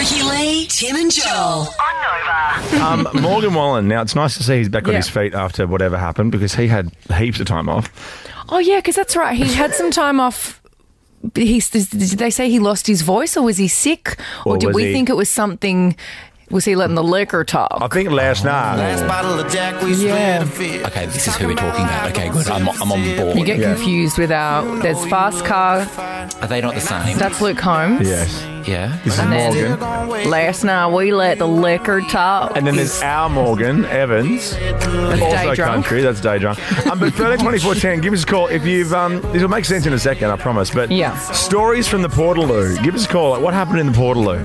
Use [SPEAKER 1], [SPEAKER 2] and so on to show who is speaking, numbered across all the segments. [SPEAKER 1] Jackie, Tim, and Joel.
[SPEAKER 2] Um, Morgan Wallen. Now it's nice to see he's back on
[SPEAKER 3] Yeah.
[SPEAKER 2] his feet after whatever happened because he had heaps of time off.
[SPEAKER 3] Oh yeah, because that's right. He had some time off. He, did they say he lost his voice, or was he sick, or,
[SPEAKER 2] Or
[SPEAKER 3] did
[SPEAKER 2] was
[SPEAKER 3] we
[SPEAKER 2] he-
[SPEAKER 3] think it was something? Was he letting the liquor talk?
[SPEAKER 2] I think
[SPEAKER 3] Oh.
[SPEAKER 2] last night.
[SPEAKER 4] Last bottle of Jack, we
[SPEAKER 3] Yeah.
[SPEAKER 4] split a
[SPEAKER 5] Okay, this is who we're talking about. Okay, good. I'm, I'm on board.
[SPEAKER 3] You get
[SPEAKER 2] Yeah.
[SPEAKER 3] confused with our. There's fast car.
[SPEAKER 5] Are they not the same?
[SPEAKER 3] That's Luke Holmes.
[SPEAKER 2] Yes,
[SPEAKER 5] yeah.
[SPEAKER 2] this is
[SPEAKER 3] And then-
[SPEAKER 2] Morgan.
[SPEAKER 3] Last night we let the liquor talk.
[SPEAKER 2] And then there's our Morgan Evans, also
[SPEAKER 3] day drunk.
[SPEAKER 2] country. That's day drunk. Um, but thirteen twenty four ten. Give us a call if you've. Um, this will make sense in a second, I promise. But
[SPEAKER 3] Yeah.
[SPEAKER 2] stories from the Portaloo. Give us a call. Like, what happened in the Portaloo?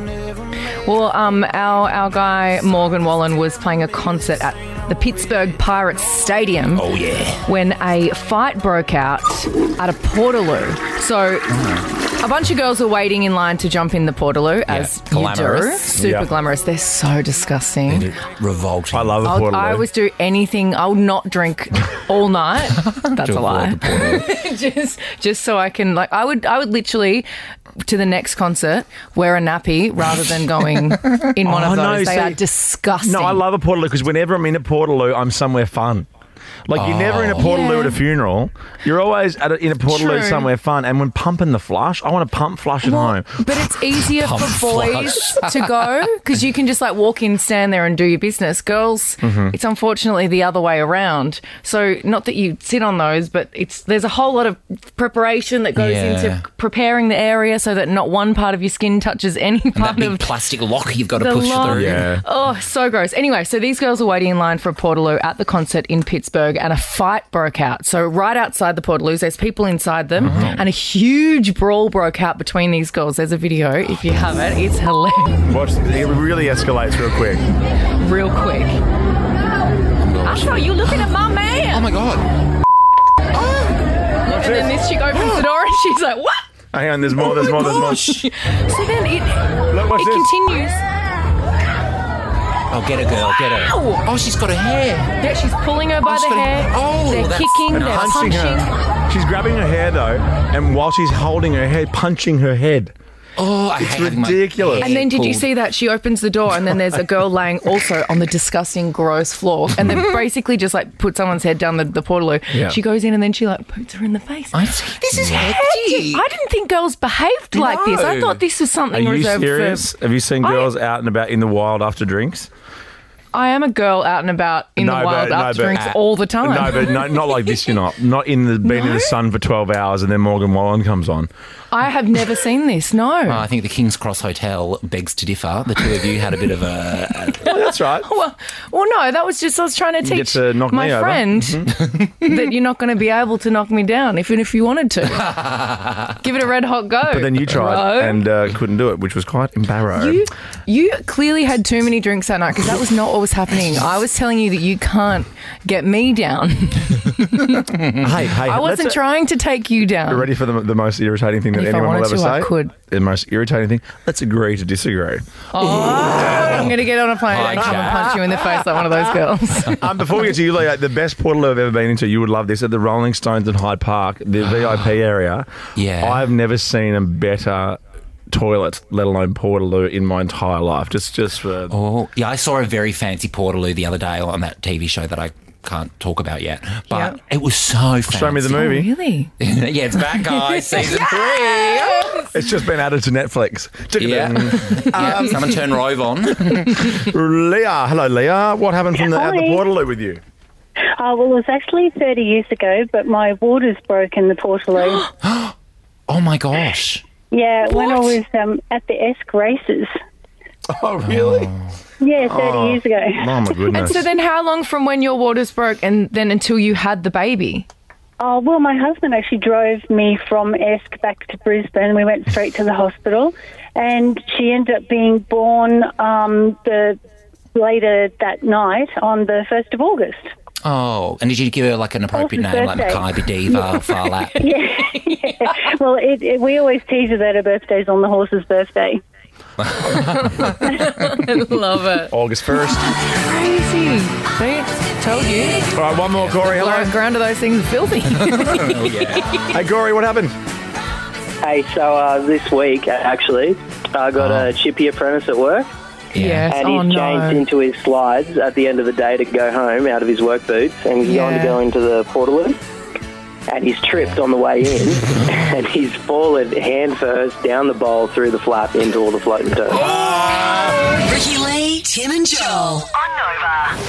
[SPEAKER 3] Well, um, our our guy Morgan Wallen was playing a concert at the Pittsburgh Pirates Stadium. Oh yeah. When a fight broke out at a portaloo, so a bunch of girls were waiting in line to jump in the portaloo as you do.
[SPEAKER 5] Glamorous.
[SPEAKER 3] Super
[SPEAKER 2] Yeah.
[SPEAKER 3] glamorous. They're so disgusting.
[SPEAKER 5] Revolting.
[SPEAKER 2] I love the
[SPEAKER 3] I'll,
[SPEAKER 2] Portaloo.
[SPEAKER 3] I always do anything. I'll not drink all night. That's a lie. just, just so I can like, I would, I would literally to the next concert wear a nappy rather than going in one
[SPEAKER 2] Oh,
[SPEAKER 3] of
[SPEAKER 2] no,
[SPEAKER 3] those. they
[SPEAKER 2] see-
[SPEAKER 3] are disgusting.
[SPEAKER 2] No, I love a Portaloo because whenever I'm in a Portaloo, I'm somewhere fun. Like you're never in a Portaloo
[SPEAKER 3] Oh. Yeah.
[SPEAKER 2] at a funeral. You're always at a, in a Portaloo
[SPEAKER 3] True.
[SPEAKER 2] somewhere fun. And when pumping the flush, I want to pump flush at
[SPEAKER 3] Well,
[SPEAKER 2] home.
[SPEAKER 3] but it's easier
[SPEAKER 5] Pump
[SPEAKER 3] for boys to go because you can just like walk in, stand there, and do your business. Girls,
[SPEAKER 2] Mm-hmm.
[SPEAKER 3] it's unfortunately the other way around. So not that you sit on those, but it's there's a whole lot of preparation that goes
[SPEAKER 5] Yeah.
[SPEAKER 3] into preparing the area so that not one part of your skin touches any
[SPEAKER 5] that
[SPEAKER 3] part
[SPEAKER 5] big
[SPEAKER 3] of
[SPEAKER 5] plastic lock you've got to
[SPEAKER 3] the
[SPEAKER 5] push
[SPEAKER 3] lock.
[SPEAKER 5] through.
[SPEAKER 2] Yeah.
[SPEAKER 3] Oh, so gross. Anyway, so these girls were waiting in line for a Portaloo at the concert in Pittsburgh and a fight broke out. So, right outside the Portaloos, there's people inside them and a huge brawl broke out between these girls. There's a video if you have it. It's hilarious.
[SPEAKER 2] Watch, it really escalates real quick.
[SPEAKER 3] Real quick. Asha, you looking at my man?
[SPEAKER 5] Oh my god.
[SPEAKER 3] And then this chick opens the door and she's like, what?
[SPEAKER 2] Hang on, there's
[SPEAKER 3] Oh
[SPEAKER 2] more, there's more, there's more.
[SPEAKER 3] So then it,
[SPEAKER 2] Look,
[SPEAKER 3] it
[SPEAKER 2] what's this?
[SPEAKER 3] continues.
[SPEAKER 5] Oh, get her, girl, get her.
[SPEAKER 3] Ow!
[SPEAKER 5] Oh, she's got her hair.
[SPEAKER 3] Yeah, she's pulling her by
[SPEAKER 5] Oh,
[SPEAKER 3] the
[SPEAKER 5] she's got-
[SPEAKER 3] hair.
[SPEAKER 5] Oh,
[SPEAKER 3] they're
[SPEAKER 5] that's-
[SPEAKER 3] kicking,
[SPEAKER 2] And
[SPEAKER 3] they're
[SPEAKER 2] punching
[SPEAKER 3] punching.
[SPEAKER 2] her. She's grabbing her hair though, and while she's holding her hair, punching her head.
[SPEAKER 5] Oh, I hate having my
[SPEAKER 2] ridiculous.
[SPEAKER 5] hair
[SPEAKER 3] And then did you
[SPEAKER 5] pulled.
[SPEAKER 3] see that she opens the door and then there's a girl laying also on the disgusting gross floor and then basically just like put someone's head down the, the portaloo.
[SPEAKER 2] Yeah.
[SPEAKER 3] She goes in and then she like puts her in the face.
[SPEAKER 5] I see. This is hectic.
[SPEAKER 3] I didn't think girls behaved like this. I
[SPEAKER 5] No.
[SPEAKER 3] thought this was
[SPEAKER 2] Are
[SPEAKER 3] something
[SPEAKER 2] you
[SPEAKER 3] reserved
[SPEAKER 2] serious?
[SPEAKER 3] for.
[SPEAKER 2] Have you seen
[SPEAKER 3] I-
[SPEAKER 2] girls out and about in the wild after drinks?
[SPEAKER 3] I am a girl out and about in
[SPEAKER 2] No,
[SPEAKER 3] the wild
[SPEAKER 2] but- no,
[SPEAKER 3] after
[SPEAKER 2] but-
[SPEAKER 3] drinks all the time.
[SPEAKER 2] No, but no, not like this. You're not. Not in the being in the sun for twelve hours, and then Morgan Wallen comes on.
[SPEAKER 3] I have never seen this. No.
[SPEAKER 5] Uh, I think the King's Cross Hotel begs to differ. The two of you had a bit of a.
[SPEAKER 2] That's right.
[SPEAKER 3] Well, well, no, that was just I was trying to
[SPEAKER 2] get
[SPEAKER 3] teach
[SPEAKER 2] to knock
[SPEAKER 3] my
[SPEAKER 2] me over. Mm-hmm.
[SPEAKER 3] friend that you're not going to be able to knock me down, even if you wanted to. Give it a red hot go.
[SPEAKER 2] But then you tried and uh, couldn't do it, which was quite embarrassing.
[SPEAKER 3] You, you clearly had too many drinks that night because that was not what was happening. I was telling you that you can't get me down.
[SPEAKER 2] hey, hey,
[SPEAKER 3] I wasn't trying to take you
[SPEAKER 2] You're
[SPEAKER 3] down.
[SPEAKER 2] ready for the, the most irritating thing that
[SPEAKER 3] If I
[SPEAKER 2] anyone will
[SPEAKER 3] wanted
[SPEAKER 2] ever
[SPEAKER 3] to,
[SPEAKER 2] say?
[SPEAKER 3] I could.
[SPEAKER 2] The most irritating thing. Let's agree to disagree.
[SPEAKER 3] I'm going to get on a plane and come and
[SPEAKER 5] Okay.
[SPEAKER 3] punch you in the face like one of those girls.
[SPEAKER 2] Um, before we get to you, Leo, the best portal I've ever been into, you would love this, at the Rolling Stones in Hyde Park, the
[SPEAKER 3] Ah.
[SPEAKER 2] VIP area.
[SPEAKER 5] Yeah.
[SPEAKER 2] I've never seen a better toilet, let alone portaloo, in my entire life. Just just uh, for
[SPEAKER 5] Oh, yeah, I saw a very fancy Portaloo the other day on that TV show that I can't talk about yet. But
[SPEAKER 3] Yeah.
[SPEAKER 5] it was so fancy.
[SPEAKER 2] Show me the movie.
[SPEAKER 3] Oh, really?
[SPEAKER 5] yeah, it's back, guys. Season three.
[SPEAKER 2] It's just been added to Netflix.
[SPEAKER 5] Yeah. yeah. Someone turn Rove on.
[SPEAKER 2] Leah, hello Leah. What happened from the, at the
[SPEAKER 6] Hi.
[SPEAKER 2] Portaloo with you?
[SPEAKER 6] Uh, well, it was actually 30 years ago, but my water's broke in the Portaloo.
[SPEAKER 5] Oh my gosh.
[SPEAKER 6] yeah, when I
[SPEAKER 5] What?
[SPEAKER 6] was um, at the Esk races.
[SPEAKER 2] Oh really?
[SPEAKER 6] Yeah, 30 years ago.
[SPEAKER 2] Oh my
[SPEAKER 3] And
[SPEAKER 2] goodness.
[SPEAKER 3] so then, how long from when your waters broke and then until you had the baby?
[SPEAKER 6] Uh, well, my husband actually drove me from Esk back to Brisbane. We went straight to the hospital, and she ended up being born um, the later that night on the 1st of August.
[SPEAKER 5] Oh, and did you give her like an appropriate
[SPEAKER 6] Elsa's
[SPEAKER 5] name, like
[SPEAKER 6] birthday.
[SPEAKER 5] Mackay Bediva, Farlap?
[SPEAKER 6] well, it, it, we always tease her that her birthday's on the horse's birthday.
[SPEAKER 3] Love it.
[SPEAKER 2] August first.
[SPEAKER 3] Crazy. See? Told you.
[SPEAKER 2] All right, one more, Corey. Hello.
[SPEAKER 3] Like, ground of those things are filthy.
[SPEAKER 2] Hey, Corey, what happened?
[SPEAKER 7] Hey, so uh, this week uh, actually, I got a chippy apprentice at work,
[SPEAKER 3] Yes.
[SPEAKER 1] and
[SPEAKER 3] oh
[SPEAKER 1] he's
[SPEAKER 3] no.
[SPEAKER 1] changed into his slides at the end of the day to go home out of his work boots, and he's going
[SPEAKER 3] Yeah.
[SPEAKER 1] to go into the portaloo. And he's tripped on the way in, and he's fallen hand first down the bowl through the flap into all the floating dirt.
[SPEAKER 4] Ricky Lee, Tim and Joel.
[SPEAKER 7] on Nova.